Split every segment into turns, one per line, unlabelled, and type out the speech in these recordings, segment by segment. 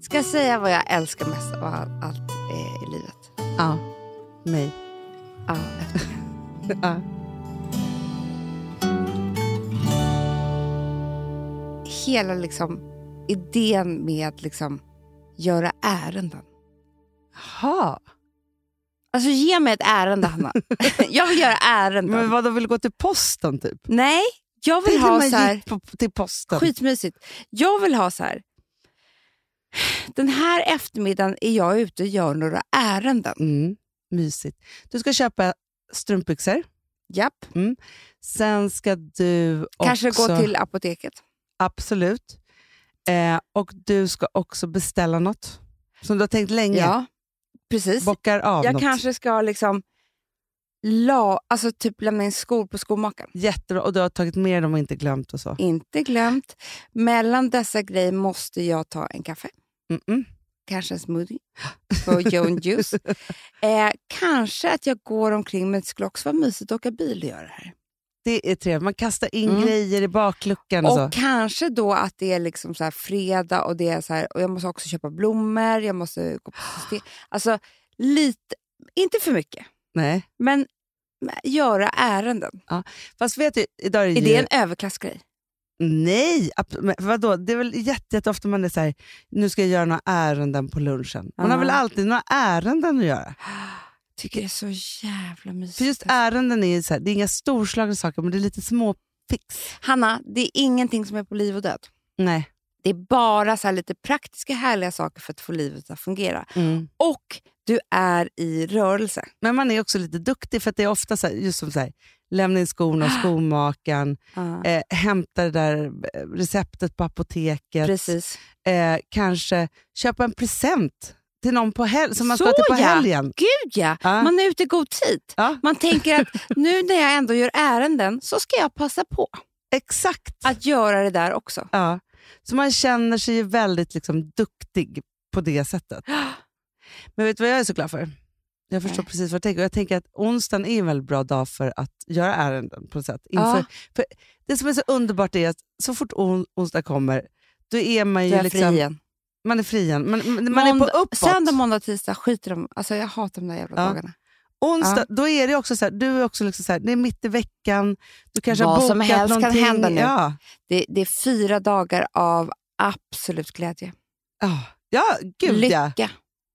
Ska jag säga vad jag älskar mest av all- allt eh, i livet?
Ja, mig.
Ja.
Ja.
Hela liksom, idén med att liksom, göra ärenden.
Jaha.
Alltså ge mig ett ärende, Hanna. jag vill göra ärenden.
Men vadå, vill du gå till posten typ?
Nej, jag vill
Tänk när
ha
man
så här...
gick på, till posten.
Skitmysigt. Jag vill ha så här. Den här eftermiddagen är jag ute och gör några ärenden.
Mm, mysigt. Du ska köpa strumpbyxor.
Japp.
Sen ska du
Kanske
också...
gå till apoteket.
Absolut. Eh, och du ska också beställa något som du har tänkt länge.
Ja, precis.
Bockar av
Jag
något.
kanske ska liksom la, alltså typ lämna in skor på skomakaren.
Jättebra. Och du har tagit med dem och inte glömt och så.
Inte glömt. Mellan dessa grejer måste jag ta en kaffe.
Mm-mm.
Kanske en smoothie på Joan Juice. Eh, kanske att jag går omkring, men det skulle också vara mysigt att åka bil och göra det här.
Det är trevligt. Man kastar in
Mm.
grejer i bakluckan och,
Och
så.
kanske då att det är liksom så här fredag och, det är så här, och jag måste också köpa blommor, jag måste gå på system. Alltså lite, inte för mycket,
Nej.
men göra ärenden.
Fast vet du, idag är det,
Är
ju...
det en överklassgrej?
Nej, ab- men vadå? Det är väl jätte, jätteofta man är så här, nu ska jag göra några ärenden på lunchen. Man har
Ja.
väl alltid några ärenden att göra.
Tycker det är så jävla mysigt.
För just ärenden är ju så här, det är inga storslagna saker, men det är lite små fix.
Hanna, det är ingenting som är på liv och död.
Nej.
Det är bara så här lite praktiska härliga saker för att få livet att fungera.
Mm.
Och du är i rörelse.
Men man är också lite duktig, för att det är ofta så här, just som så här, lämna in skorna, skomakaren, eh, hämta det där eh, receptet på apoteket,
Precis.
Eh, kanske köpa en present till någon på hel- som man ska
Så
ha till på
ja.
helgen.
Gud ja,
Ja.
man är ute i god tid.
Ja.
Man tänker att nu när jag ändå gör ärenden så ska jag passa på
Exakt.
att göra det där också.
Ja. Så man känner sig ju väldigt liksom, duktig på det sättet. Men vet du vad jag är så glad för? Jag förstår
Nej.
precis vad du tänker. Och Jag tänker att onsdagen är en väldigt bra dag för att göra ärenden på något sätt. Inför,
Ja.
för det som är så underbart är att så fort on, onsdag kommer, då är man
Jag
ju
är fri
liksom,
igen.
man är fri igen. Man, man man är
Måndag-
på uppåt.
Söndag, måndag, tisdag skiter de Alltså jag hatar de där jävla
Ja.
dagarna.
Onsdag, då är det också så här, du är också liksom så här, det är mitt i veckan, du kanske har
Vad
bokat
som helst kan
någonting.
hända nu.
Ja.
Det, det är fyra dagar av absolut glädje.
Ja. ja, gud ja.
Lycka.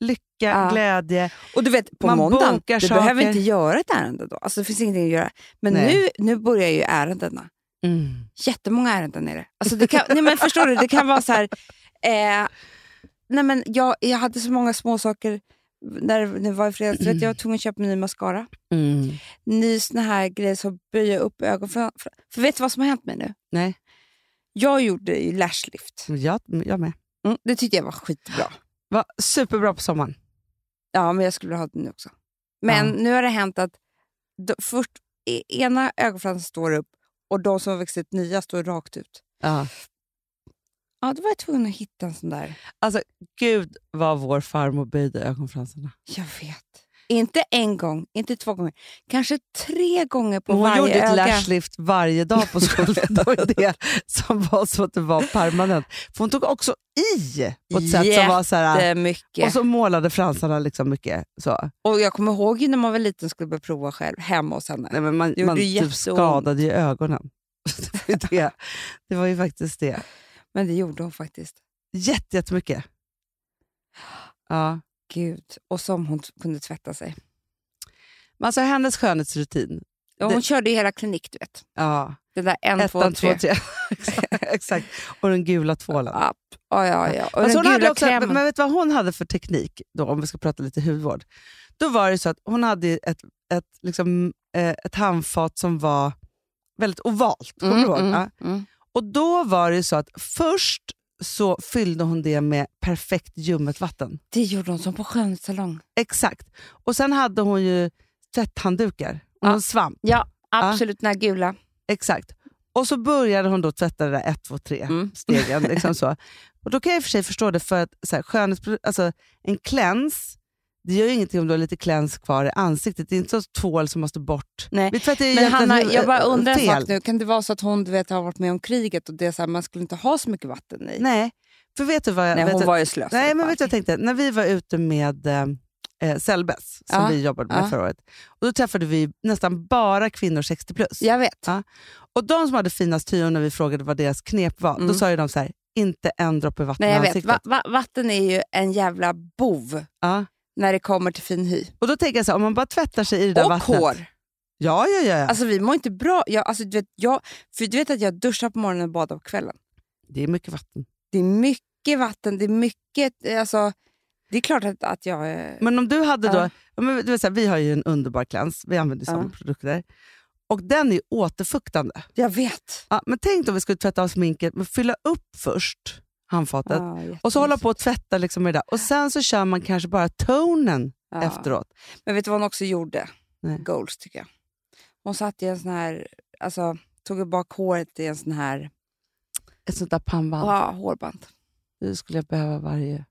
Lycka,
Ja.
glädje.
Och du vet, på
Man
måndagen,
bokar
du behöver
saker.
inte göra ett ärende då. Alltså det finns ingenting att göra. Men
Nej.
nu, nu börjar ju ärendena. Mm. Jättemånga ärenden är det. Alltså det kan, nej men förstår du, det kan vara så här... Eh, nej men jag, jag hade så många små saker när det var i fredags. Du vet, Jag var tvungen att köpa ny mascara.
Mm.
Ny sån här grej som böjer upp ögon. För, för, för vet du vad som har hänt mig nu?
Nej.
Jag gjorde ju lashlift.
Jag, jag med.
Mm, det tyckte jag var skitbra.
Var superbra på sommaren.
Ja, men jag skulle vilja ha det nu också. Men
Ja.
nu har det hänt att då, först e- ena ögonfransen står upp och de som har växt ut nya står rakt ut.
Ja.
Ja, då var jag tvungen att hitta en sån där.
Alltså, Gud vad vår farmor böjde ögonfransarna.
Jag vet. Inte en gång, inte två gånger. Kanske tre gånger på
Hon gjorde
varje
ett
öga.
lashlift varje dag på skolan. det var det som var så att det var permanent. För hon tog också i på ett sätt som var så här...
Eh, Jättemycket.
Och så målade fransarna liksom mycket. Så.
Och jag kommer ihåg ju när man var liten skulle börja prova själv hemma hos henne.
Nej, men man
Det
man
gjorde
typ
jätteont.
skadade ju ögonen. Det var ju, det. Det var ju faktiskt det.
Men det gjorde hon faktiskt.
Jätte, jättemycket. Ja.
Gud. Och som hon t- kunde tvätta sig.
Men alltså hennes skönhetsrutin.
Ja, hon
Det-
körde ju hela klinik, du vet.
Ja.
Den där en, två,
Ettan,
tre.
två, typ. tre. Exakt, Exakt. Och den gula tvålen.
Ja, ja, ja. ja. Och
Fast
den
hon hade
gula
också,
krämen.
men vet du vad hon hade för teknik, då, om vi ska prata lite hudvård? Då var det så att hon hade ju ett, ett, liksom, eh, ett handfat som var väldigt ovalt. Kommer du ihåg? Ja.
mm.
Och då var det ju så att först så fyllde hon det med perfekt ljummet vatten.
Det gjorde hon som på skönhetssalong.
Exakt. Och sen hade hon ju tvätthanddukar och
Ja.
någon svamp.
Ja, absolut. Den här gula.
Exakt. Och så började hon då tvätta det där ett, två, tre
Mm.
stegen. Liksom så. Och då kan jag i och för sig förstå det, för att så här, skönhetsprodu- alltså, en cleanse, det gör ju ingenting om du har lite cleanse kvar i ansiktet. Det är inte så att tvål som måste bort.
Nej,
Vi tvättar ju
Men
egentligen
Hanna,
huvud-
jag bara undrar en
fel.
sak nu. Kan det vara så att hon du vet, har varit med om kriget och det är så här, man skulle inte ha så mycket vatten i?
Nej, För vet du vad jag,
Nej,
vet
hon
du,
var ju slös.
nej, men vet du vad jag tänkte? När vi var ute med eh, eh, Selbes, som
Ja,
vi jobbade med
ja.
förra året, och då träffade vi nästan bara kvinnor 60 plus.
Jag vet.
Och de som hade finast hår när vi frågade vad deras knep var, då
Mm.
sa ju de så här, inte en droppe vatten
Nej,
i
jag vet.
ansiktet.
Va, va, vatten är ju en jävla bov
Ja.
när det kommer till fin hy.
Och då tänker jag så här, om man bara tvättar sig i det där
Och
vattnet.
hår.
Ja, ja, ja. ja.
Alltså vi mår inte bra. Jag, alltså, du, vet, jag, för du vet att jag duschar på morgonen och badar på kvällen.
det är mycket vatten.
Det är mycket vatten, det är mycket... eh, Alltså, det är klart att, att jag... eh,
Men om du hade då,
Ja.
ja. men, du vet, så här, vi har ju en underbar cleanse, vi använder ju samma
Ja.
produkter. Och den är ju återfuktande.
Jag vet.
Ja, men tänk om vi skulle tvätta av sminket, men fylla upp först handfatet.
Ja,
Och så hålla på och tvätta liksom med det där. Och sen så kör man kanske bara tonen
ja.
efteråt.
Men vet du vad hon också gjorde?
Nej.
Goals, tycker jag. Hon satt i en sån här... Alltså, tog bak håret i en sån här...
Ett sånt där pannband.
Ja, hårband.
Det skulle jag behöva varje,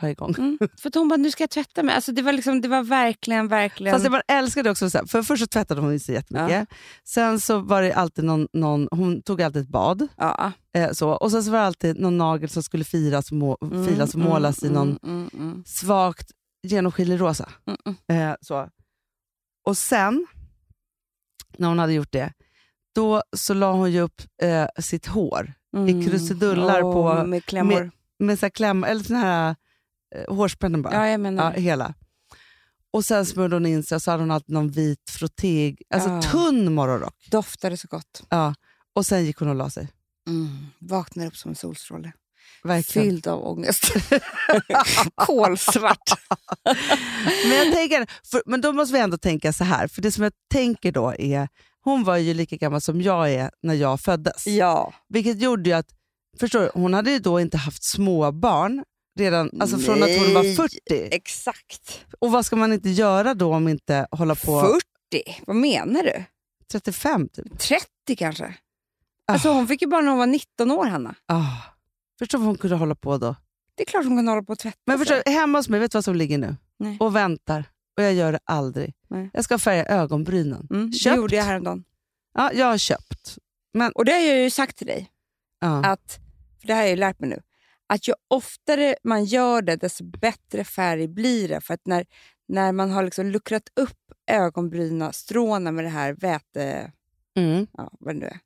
varje gång.
Mm. För att hon bara, nu ska jag tvätta mig. Alltså, det, var liksom, det var verkligen, verkligen...
Fast jag bara älskade också, så här, för först så tvättade hon sig jättemycket. Sen så var det alltid någon, någon hon tog alltid ett bad.
ja.
Eh, så. Och sen så var det alltid någon nagel som skulle firas och, må,
Mm,
filas och målas
mm,
i någon
Mm, mm, mm,
svagt genomskinlig rosa.
mm, mm.
Eh, så. Och sen, när hon hade gjort det, då så la hon ju upp eh, sitt hår I krusidullar
Åh,
på-
mm. Med klämmor.
med- med så här kläm, eller såna här eh, hårspännen bara.
ja, jag menar
Ja,
det.
hela. Och sen smörjde hon in sig och så hade hon alltid någon vit frottig, alltså
Ja.
tunn morgonrock.
Doftade så gott.
Ja. Och sen gick hon och la sig.
Mm. Vaknar upp som en solstråle.
Verkligen.
Fylld av ångest. Kolsvart.
Men, jag tänker, för, men då måste vi ändå tänka så här, för det som jag tänker då är, hon var ju lika gammal som jag är när jag föddes.
Ja.
Vilket gjorde ju att, förstår du, hon hade ju då inte haft småbarn redan, alltså från att hon
Nej.
var 40.
Exakt.
Och vad ska man inte göra då om inte hålla på
40? Vad menar du?
35 typ?
30 kanske? Alltså hon fick ju bara när hon var 19 år, Hanna.
Ah. Förstår vad hon kunde hålla på då.
Det är klart hon kan hålla på och tvätta
Men
sig.
förstår, du, hemma hos mig, vet du vad som ligger nu?
Nej.
Och väntar. Och jag gör det aldrig.
Nej.
Jag ska färga ögonbrynen.
Mm, det
Köpt.
gjorde jag häromdagen.
Ja, jag har köpt. Men,
Och det har jag ju sagt till dig,
ja.
att, för det här har jag ju lärt mig nu, att ju oftare man gör det, desto bättre färg blir det. För att när, när man har liksom luckrat upp ögonbryna, stråna med det här väte...
Mm.
Ja, vad det nu är.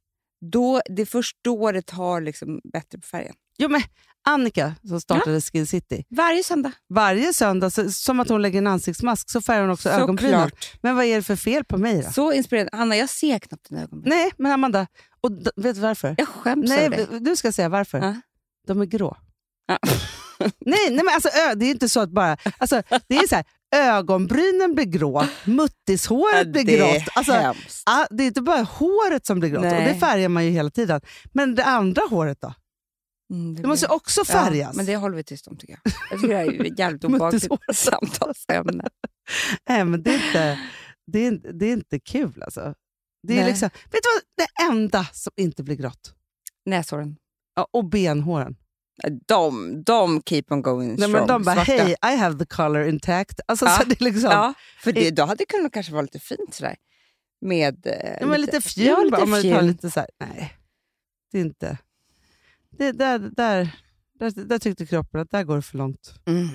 Då, det är först då det tar liksom bättre på färgen.
Jo, men Annika som startade Skin City.
Varje söndag.
Varje söndag, så, som att hon lägger en ansiktsmask, så färgar hon också ögonbrynen.
Såklart.
Men vad är det för fel på mig då?
Så inspirerande. Hanna, jag ser knappt dina ögonbryn.
Nej, men Amanda, och, d- vet du varför?
Jag skäms
Nej,
över dig.
v- du ska säga varför.
Ja.
De är grå.
Ja.
nej, nej, men alltså, ö, det är inte så att bara... Alltså, det är så här, ögonbrynen blir grå, muttishåret blir grått. Alltså,
hemskt. Mm,
ah, det är inte bara håret som blir grått, och det
Nej.
färgar man ju hela tiden. Men det andra håret då?
Mm,
Det måste ju
blir-
också färgas.
Ja, men det håller vi tyst om tycker jag. Jag tycker det här är ett jävligt obehagligt
Muttishår.
samtalsämne.
Nej, men det, är inte, det, är, inte- det är inte kul alltså. Det är
Nej.
liksom, vet du vad det enda som inte blir grått?
Näshåren.
Ja, och benhåren.
De, de keep on going
Nej,
strong.
men de bara,
Svarta.
hej, liksom. I have the color intact. Alltså,
Ja.
så det är liksom,
Ja, för det, då hade det kunnat kanske vara lite fint sådär. Med eh,
Ja, men lite fjun
Ja,
bara,
lite
om man tar
fjun.
lite så här. Nej, det är inte... Det, där, där, där, där tyckte kroppen att där går det för långt.
Mm,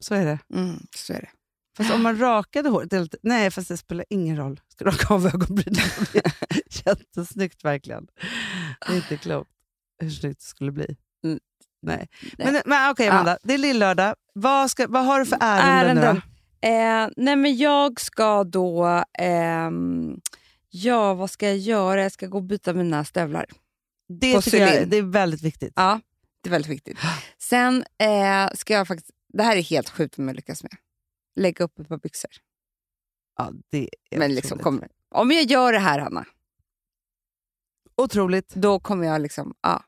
Så är det.
mm, så är det.
Fast om man rakade håret... Det är lite, nej, fast det spelar ingen roll. Ska raka av ögonbrynen. Det är Jättesnyggt verkligen. Det är inte klokt hur snyggt det skulle bli.
Mm.
Nej.
Nej.
Men, men okej
Ja.
Amanda, det är lillördag. Vad, ska, vad har du för ärenden, nu då?
Eh, nej men jag ska då... ehm, ja, vad ska jag göra? Jag ska gå och byta mina stövlar.
Det,
På
tycker jag,
Celine.
det är väldigt viktigt.
Ja, det är väldigt viktigt. Sen eh, ska jag faktiskt... Det här är helt sjukt om jag lyckas med. Lägga upp ett par byxor.
Ja, det är
Men liksom,
otroligt.
kommer, om jag gör det här, Hanna,
otroligt.
då kommer jag liksom... Ja.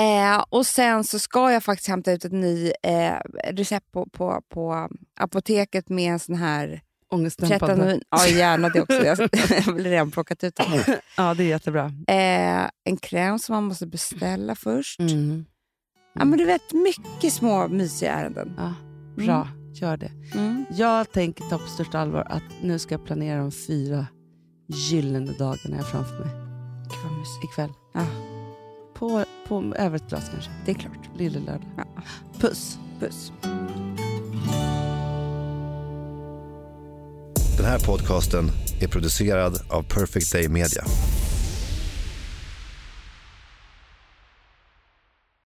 Eh, och sen så ska jag faktiskt hämta ut ett ny eh, recept på, på, på apoteket med en sån här
Ångestdämpande.
tretanoin. Ja, gärna det också. Jag, jag har redan plockat ut
Mm.
det.
Ja, det är jättebra.
Eh, en kräm som man måste beställa först.
Mm.
Ja, men du vet, mycket små mysiga ärenden.
Ja, bra, gör det.
Mm.
Jag tänker ta på största allvar att nu ska jag planera de fyra gyllene dagarna jag har framför mig
Gud, vad mysigt.
ikväll.
Ja.
På, på över ett glas kanske.
Det är klart.
Lille lördag.
Ja.
Puss.
Puss.
Den här podcasten är producerad av Perfect Day Media.